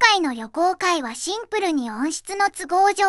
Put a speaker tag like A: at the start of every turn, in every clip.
A: 回の旅行会はシンプルに音質の都合上、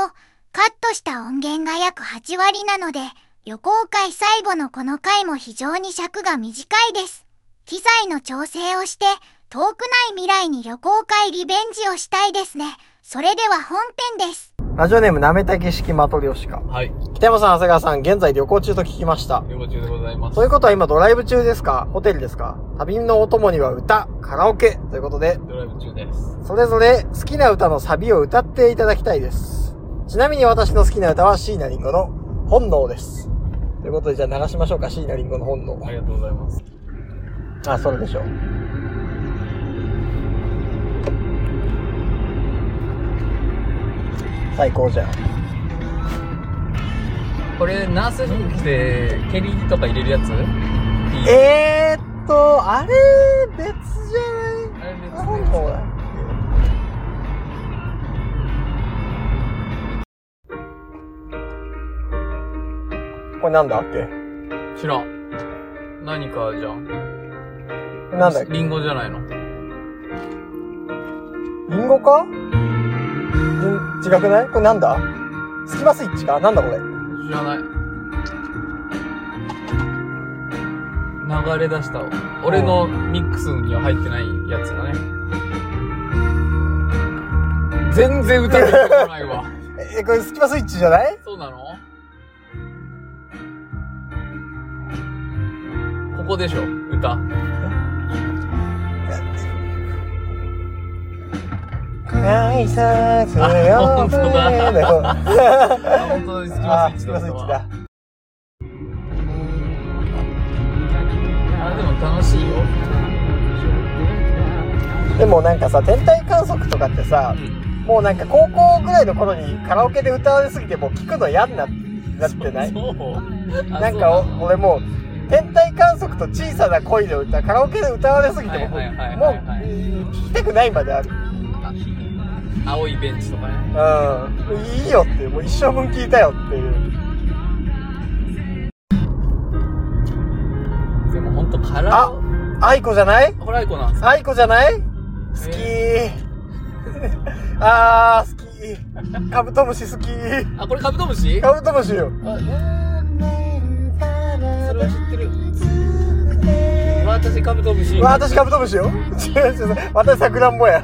A: カットした音源が約8割なので、旅行会最後のこの回も非常に尺が短いです。機材の調整をして、遠くない未来に旅行会リベンジをしたいですね。それでは本編です。
B: ラジオネームなめたけ式まとりょしか。
C: はい。
B: 北山さん、長谷川さん、現在旅行中と聞きました。
C: 旅行中でございます。
B: ということは今ドライブ中ですかホテルですか旅のお供には歌、カラオケということで、
C: ドライブ中です。
B: それぞれ好きな歌のサビを歌っていただきたいです。ちなみに私の好きな歌は椎名林檎の本能です。ということでじゃあ流しましょうか、椎名林檎の本能。
C: ありがとうございます。
B: あ、それでしょう。最高じゃん。
C: これ、ナースリンクで、蹴りとか入れるやつ
B: えーっと、あれ、別じゃ
C: あ
B: ない
C: れですね
B: 本能だ。これなんだっけ
C: 知らん。何かじゃん。
B: これなんだっけ
C: リンゴじゃないの。
B: リンゴか全違くないこれなんだスキマスイッチかなんだこれ
C: 知らない。流れ出した。俺のミックスには入ってないやつだね。全然歌 ってこないわ。
B: え、これスキマスイッチじゃない
C: そうなのここでしょ歌
B: 挨拶
C: あ本当だ
B: だ
C: 本当にスキ
B: あ
C: マ
B: ー、
C: ス
B: スキマスイ
C: イッチ
B: ッチ
C: だった
B: だ。
C: わあれでも楽しいよ
B: でもなんかさ、天体観測とかってさ、
C: うん
B: もうなんか高校ぐらいの頃にカラオケで歌われすぎてもう聞くの嫌にななってない
C: そうあ
B: なんか
C: そうの
B: お俺もう天体観測と小さな恋の歌カラオケで歌われすぎてももう
C: はいはいはいはいはい
B: 聞きたくないまである
C: あ青いベンチとかね
B: うんいいよってもう一生分聞いたよっていう
C: でも本当カラ
B: あ
C: オ
B: 愛子じゃない
C: これアイコなんです
B: 愛子じゃない好き、 あー好きカブトムシ好き
C: あこれカブトムシ
B: カブトムシよ
C: あそれは知ってるうわ私カブトムシ
B: うわ私カブトムシよ違う違う私さくらんぼや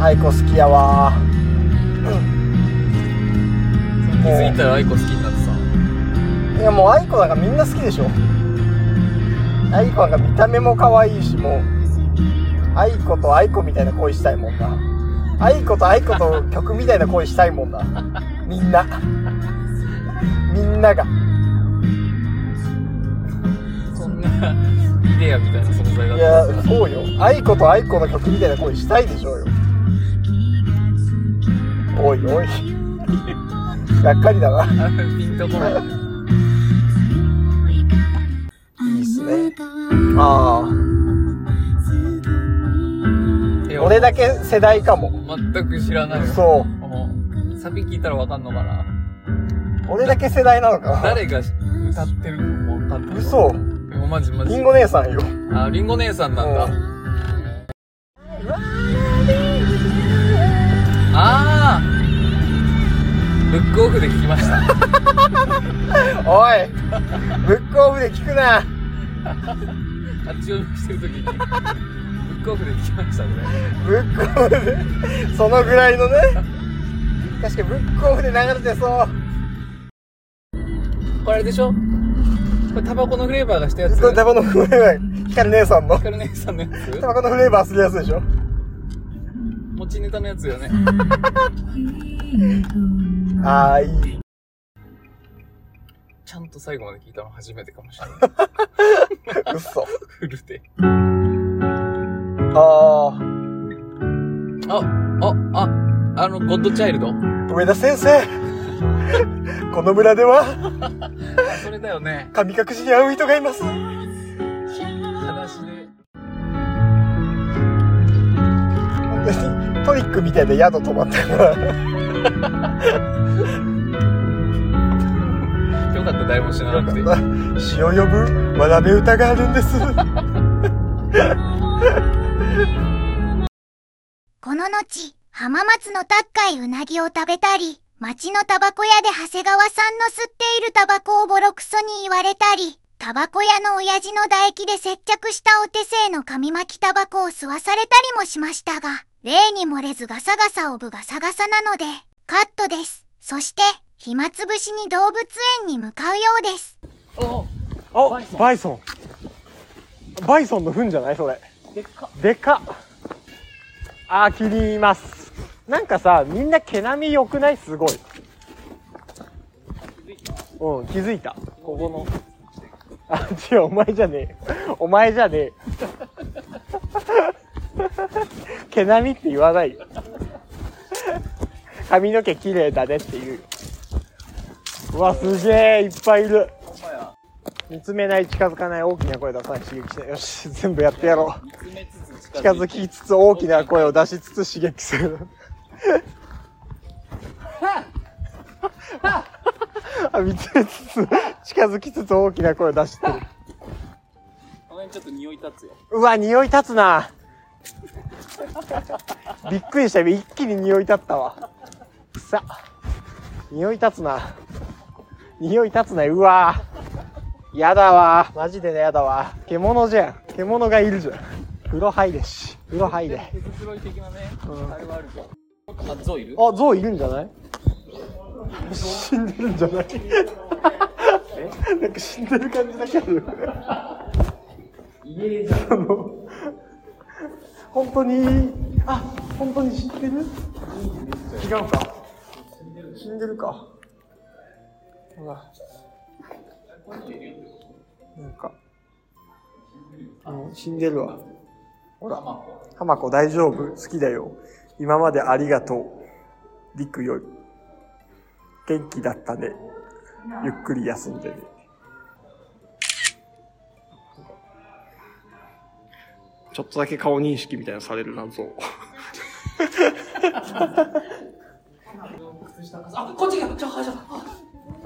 B: 愛子好きやわ
C: 気づいたらアイコ好きになってさ
B: いやもう愛子なんかみんな好きでしょ愛子なんか見た目も可愛いしもう愛子と愛子みたいな恋したいもんな愛子と愛子と曲みたいな恋したいもんなみんなみんなが
C: そんな イデアみたいな存在だ
B: い
C: った
B: や
C: んです
B: そうよ愛子と愛子の曲みたいな恋したいでしょうよおいおいがっかりだな
C: あ ピンとこない
B: いいっすねああ
C: いや
B: 俺だけ世代かも
C: 全く知らないわ
B: そう
C: サビ聞いたらわかんのかな
B: 俺だけ世代なのか
C: 誰が歌ってるのもわかんない
B: 嘘
C: でもマジマジ
B: りんご姉さんよ
C: あリンゴ姉さんなんだ
B: うん
C: ああブックオフで聞きました
B: おいブックオフで聞くな
C: 立ち読みしてる時にブックオフで聞きましたこれ
B: ブックオフでそのぐらいのね確かにブックオフで流れてそう
C: これあれでしょこれタバコのフレーバーがしたやつ
B: これタバコのフレーバー光姉さんの
C: ヒカル姉さんのやつ
B: タバコのフレーバーするやつでしょ
C: 持ちネタのやつよね
B: あーいい
C: ちゃんと最後まで聞いたの初めてかもしれない
B: 嘘
C: フルで
B: あー
C: ああああのゴッドチャイルド
B: 上田先生 この村では、
C: あそれだよね。
B: 神隠しに会う人がいます。
C: 話で。
B: 本当にトリックみたいで宿泊まったから、
C: よかった、誰も知らなくて。
B: 詩を呼ぶわらべ歌があるんです。
A: この後、浜松の高いうなぎを食べたり、町のタバコ屋で長谷川さんの吸っているタバコをボロクソに言われたり、タバコ屋の親父の唾液で接着したお手製の紙巻きタバコを吸わされたりもしましたが、例に漏れずガサガサオブガサガサなので、カットです。そして、暇つぶしに動物園に向かうようです。
C: お
B: あ
C: バイソン
B: バイソン。バイソンの糞じゃないそれ。
C: でっか。
B: でかっあー切りますなんかさみんな毛並み良くないすごいうん気づいたここのあ違うお前じゃねえお前じゃねえ毛並みって言わないよ髪の毛綺麗だねって言うようわすげえいっぱいいる
C: ほんまや。
B: 見つめない近づかない大きな声出さない刺激しないよし全部やってやろう
C: 見つめつつ近
B: 近
C: づ
B: づ
C: き。
B: きつつ大きな声を出しつつ刺激する。あ、見つめつつ、近づきつつ大きな声を出してる。
C: この辺ちょっと匂い立つよ。
B: うわ、匂い立つな。びっくりした。今一気に匂い立ったわ。くさ。匂い立つな。匂い立つな。うわ。やだわ。マジでやだわ。獣じゃん。獣がいるじゃん。風呂入れし。風呂入れ。
C: 手くつろい的なね、
B: うん
C: あれはあるけど。あ、ゾウいる
B: あ、ゾウいるんじゃない 死んでるんじゃない なんか死んでる感じだけある。
C: 家じゃん。
B: あの、本当に、あ、本当に死んでる違うか。死んでるか。ほら。なんか、うん、死んでるわ。ほら。浜子大丈夫好きだよ。今までありがとう。りくより。元気だったね。ゆっくり休んでね。ちょっとだけ顔認識みたいなのされるな、そう。
C: あ、こっちが、ちょ、はじゃ。あ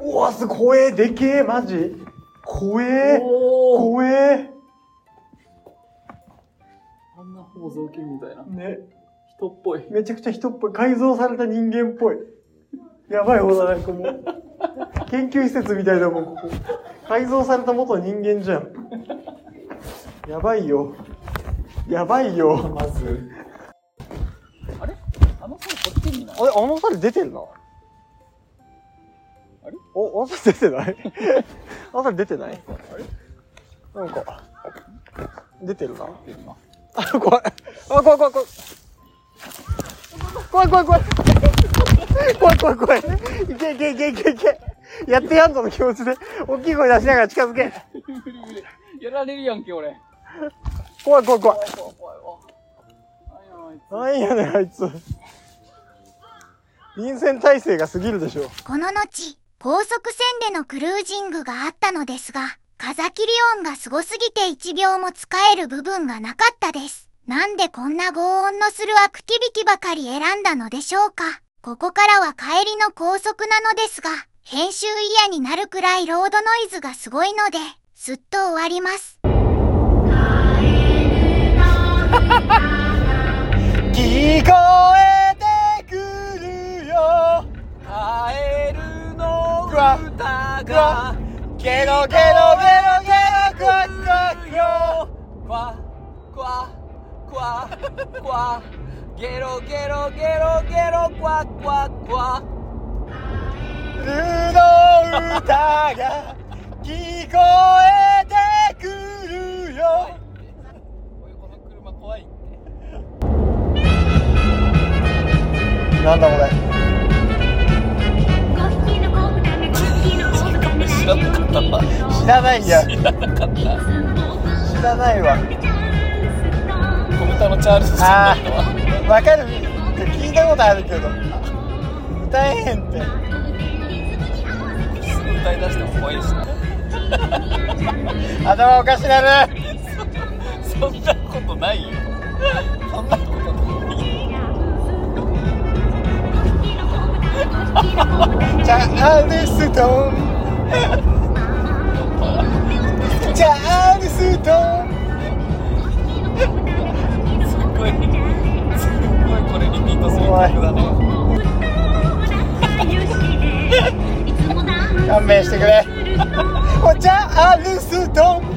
B: うわ、すごえ、でけえ、マジ。怖え、
C: おお。
B: 怖え。
C: あんなほぼ雑巾みたいな。
B: ね、
C: 人っぽい。
B: めちゃくちゃ人っぽい。改造された人間っぽい。やばいほどなんかもう。研究施設みたいだもん、ここ。改造された元人間じゃん。やばいよ。やばいよ。
C: まず。あれあのさ、こっちにいない
B: あれ、あの猿出てんな。
C: あれ
B: お、あの猿出て ないあの猿出てない
C: あれ
B: なんか、出てるな。
C: 出てるな。
B: あ、怖い。あ、怖い怖い怖い。怖い怖い怖い。怖い怖い怖い。いけいけいけいけいけ。やってやんぞの気持ちで、大きい声出しながら近づけ。
C: 無理無理やられるやんけ、俺。
B: 怖い怖い怖い。
C: 怖い怖いわ。なん
B: な
C: やろあい
B: んやねん、あいつ。臨戦態勢が過ぎるでしょ。
A: この後、高速船でのクルージングがあったのですが、風切り音がすごすぎて1秒も使える部分がなかったです。なんでこんな轟音のするアクティビティばかり選んだのでしょうかここからは帰りの高速なのですが、編集嫌になるくらいロードノイズがすごいので、すっと終わります。
B: 聞こえてくるよ。
C: つカエルの
B: う
C: 歌
B: わ
C: が
B: ゲロゲロゲロゲロ
C: クワ
B: ク
C: ク
B: ワ
C: ワ
B: ク
C: ク
B: ロ
C: ロクワクワクワクワゲロゲロゲロゲロクワクワクワ
B: ルの歌が聞こえてくるよ
C: この車怖いって
B: なんだこれ
C: 知らなかったわ
B: 知らないや知
C: 知らなかった
B: らないわ
C: コムタのチャールズさ
B: あ
C: んだったわ
B: あわかる聞いたことあるけど歌えへんって
C: 歌い出しても怖いしな
B: 頭おかしなる
C: そんなことないよそんなことないよ
B: チャールストンチャールストン
C: すっごいすっごいこれリピートする曲だね
B: 勘弁してくれおチャールストン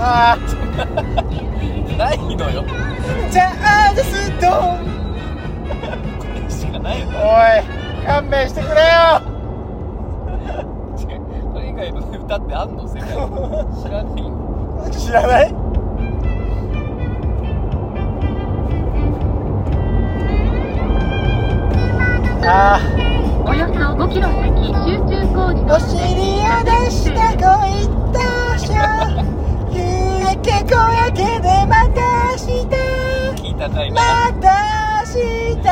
B: ああ
C: ないのよ
B: チャールストン
C: これしかないの
B: おい勘弁してくれよ
C: 違うこれ以外の歌ってあんの世界に知らないよ
B: 知らないあ
D: およそ5キロ先集中工事
B: ーお尻を出した恋どうしよう夕焼け小焼けでまた明日
C: 聞いたかいな
B: また明日
C: 聞いた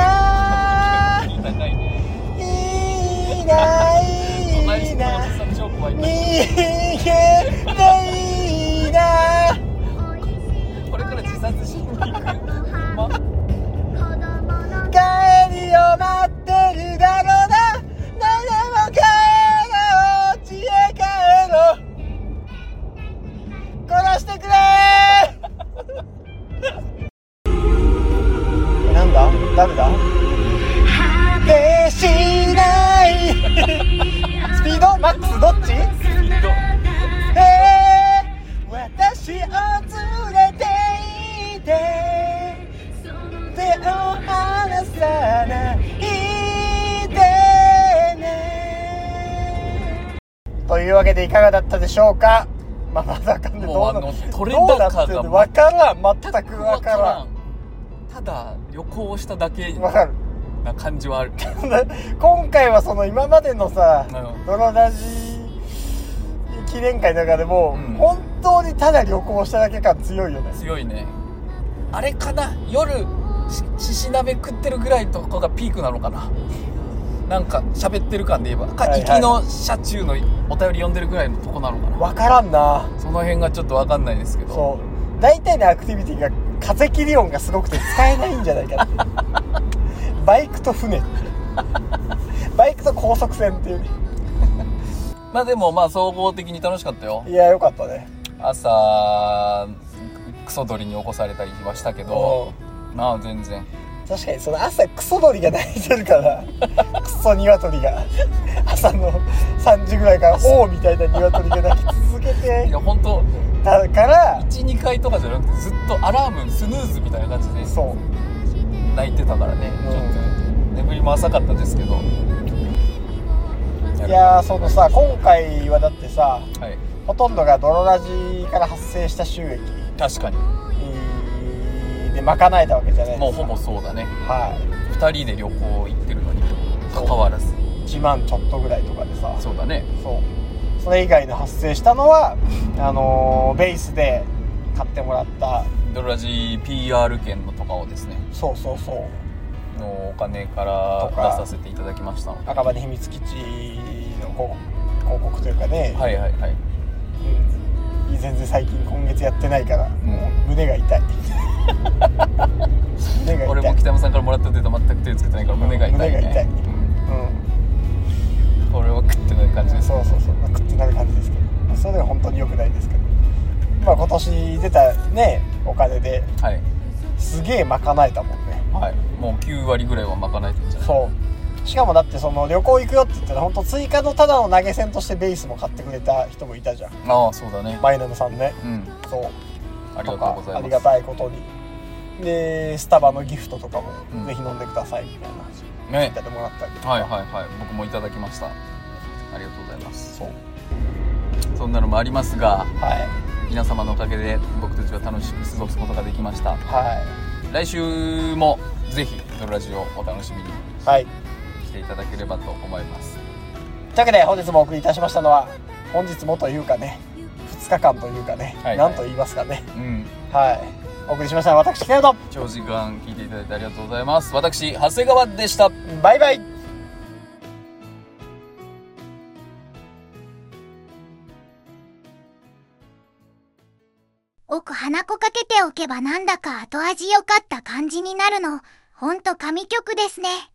C: かいね
B: いない
C: 隣
B: い
C: のお
B: ない
C: じさん超怖い
B: 逃げないな
C: これから自殺しに行くま
B: 帰りを待ってるだろうな何でも帰ろう家へ帰ろう殺してくれ なんだ誰だでしない スピードマックスどっち
C: スピード
B: へー私を連れていて手を離さないでねというわけでいかがだったでしょうかまあ、まさかねど
C: もう
B: うな
C: あの
B: ど
C: 取れ
B: うな
C: 高が
B: ってんのわからん全くわ
C: わ
B: からん
C: ただ旅行をしただけ
B: わかる
C: な感じはある
B: 今回はその今までのさ
C: うん
B: 泥ラジ記念会の中でも、
C: うん
B: 本当にただ旅行しただけ感強いよね
C: 強いねあれかな夜ししし鍋食ってるぐらいとかがピークなのかななんか喋ってる感で言えばか
B: はいはい
C: 行きの車中のお便り読んでるぐらいのとこなのかな
B: わからんな
C: その辺がちょっとわかんないですけど
B: そう大体のアクティビティが風切り音がすごくて 使えないんじゃないかなバイクと船バイクと高速船っていうね
C: まあでもまあ総合的に楽しかったよ
B: いやよかったね
C: 朝クソ鳥に起こされたりはしたけど
B: う
C: まあ全然
B: ん確かにその朝クソ鳥が鳴いてるからクソ鶏が朝の3時ぐらいから王みたいな鶏が鳴き続け
C: い
B: て
C: や本当
B: たから
C: 12回とかじゃなくてずっとアラームスヌーズみたいな感じで
B: そう
C: 泣いてたからね
B: うん
C: ちょっと眠りも浅かったですけど
B: いやーそのさ今回はだってさ
C: はい
B: ほとんどが泥ラジから発生した収益
C: 確かに
B: で賄えたわけじゃないですか
C: もうほぼそうだね
B: は
C: 2人で旅行行ってるのに関わらず
B: い1万ちょっとぐらいとかでさ
C: そうだね
B: そうそれ以外の発生したのはあのーベースで買ってもらった
C: ドロラジ PR 券のとかをですね
B: そうそうそう
C: のお金から
B: とか
C: 出させていただきましたので
B: 赤羽秘密基地の広告広告というかね、
C: はいはいはい
B: うん全然最近今月やってないから、
C: ん
B: もう胸が 痛い胸が
C: 俺
B: 痛
C: も
B: い
C: 北山さんからもらったデータ全く手つけてないから胸が痛いね
B: 胸が痛い
C: う
B: う
C: んこれは食ってない感じで
B: ん
C: す
B: そうそうそう、まあ、食ってなる感じですけどまあそれは本当に良くないですけどまあ今年出たねお金で
C: はい
B: すげえ賄えたもんね
C: はいもう9割ぐらいは賄えてんじゃない
B: そうしかもだってその旅行行くよって言ったら本当追加のただの投げ銭としてベースも買ってくれた人もいたじゃん
C: ああそうだね
B: マイナムさんね
C: うん
B: そう
C: あり
B: と
C: がとう
B: か
C: ございま
B: あ
C: す
B: りがたいことにでスタバのギフトとかも、
C: うん
B: ぜひ飲んでくださいみたいな
C: ね
B: やってもらったりとか
C: はいはいはい僕もいただきましたありがとうございます
B: そう
C: そんなのもありますが
B: はい
C: 皆様のおかげで僕たちは楽しく過ごすことができまし
B: は
C: た来週もぜひ「ドロラジ」をお楽しみに
B: いはい
C: していただければと思います
B: というわけで本日もお送りいたしましたのは本日もというかね2日間というかね、
C: はい
B: なんと言いますかね
C: うん
B: はいお送りしましたのは私北野と
C: 長時間聞いていただいてありがとうございます私長谷川でした
B: バイバイ
A: 僕鼻子かけておけばなんだか後味良かった感じになるの。ほんと神曲ですね。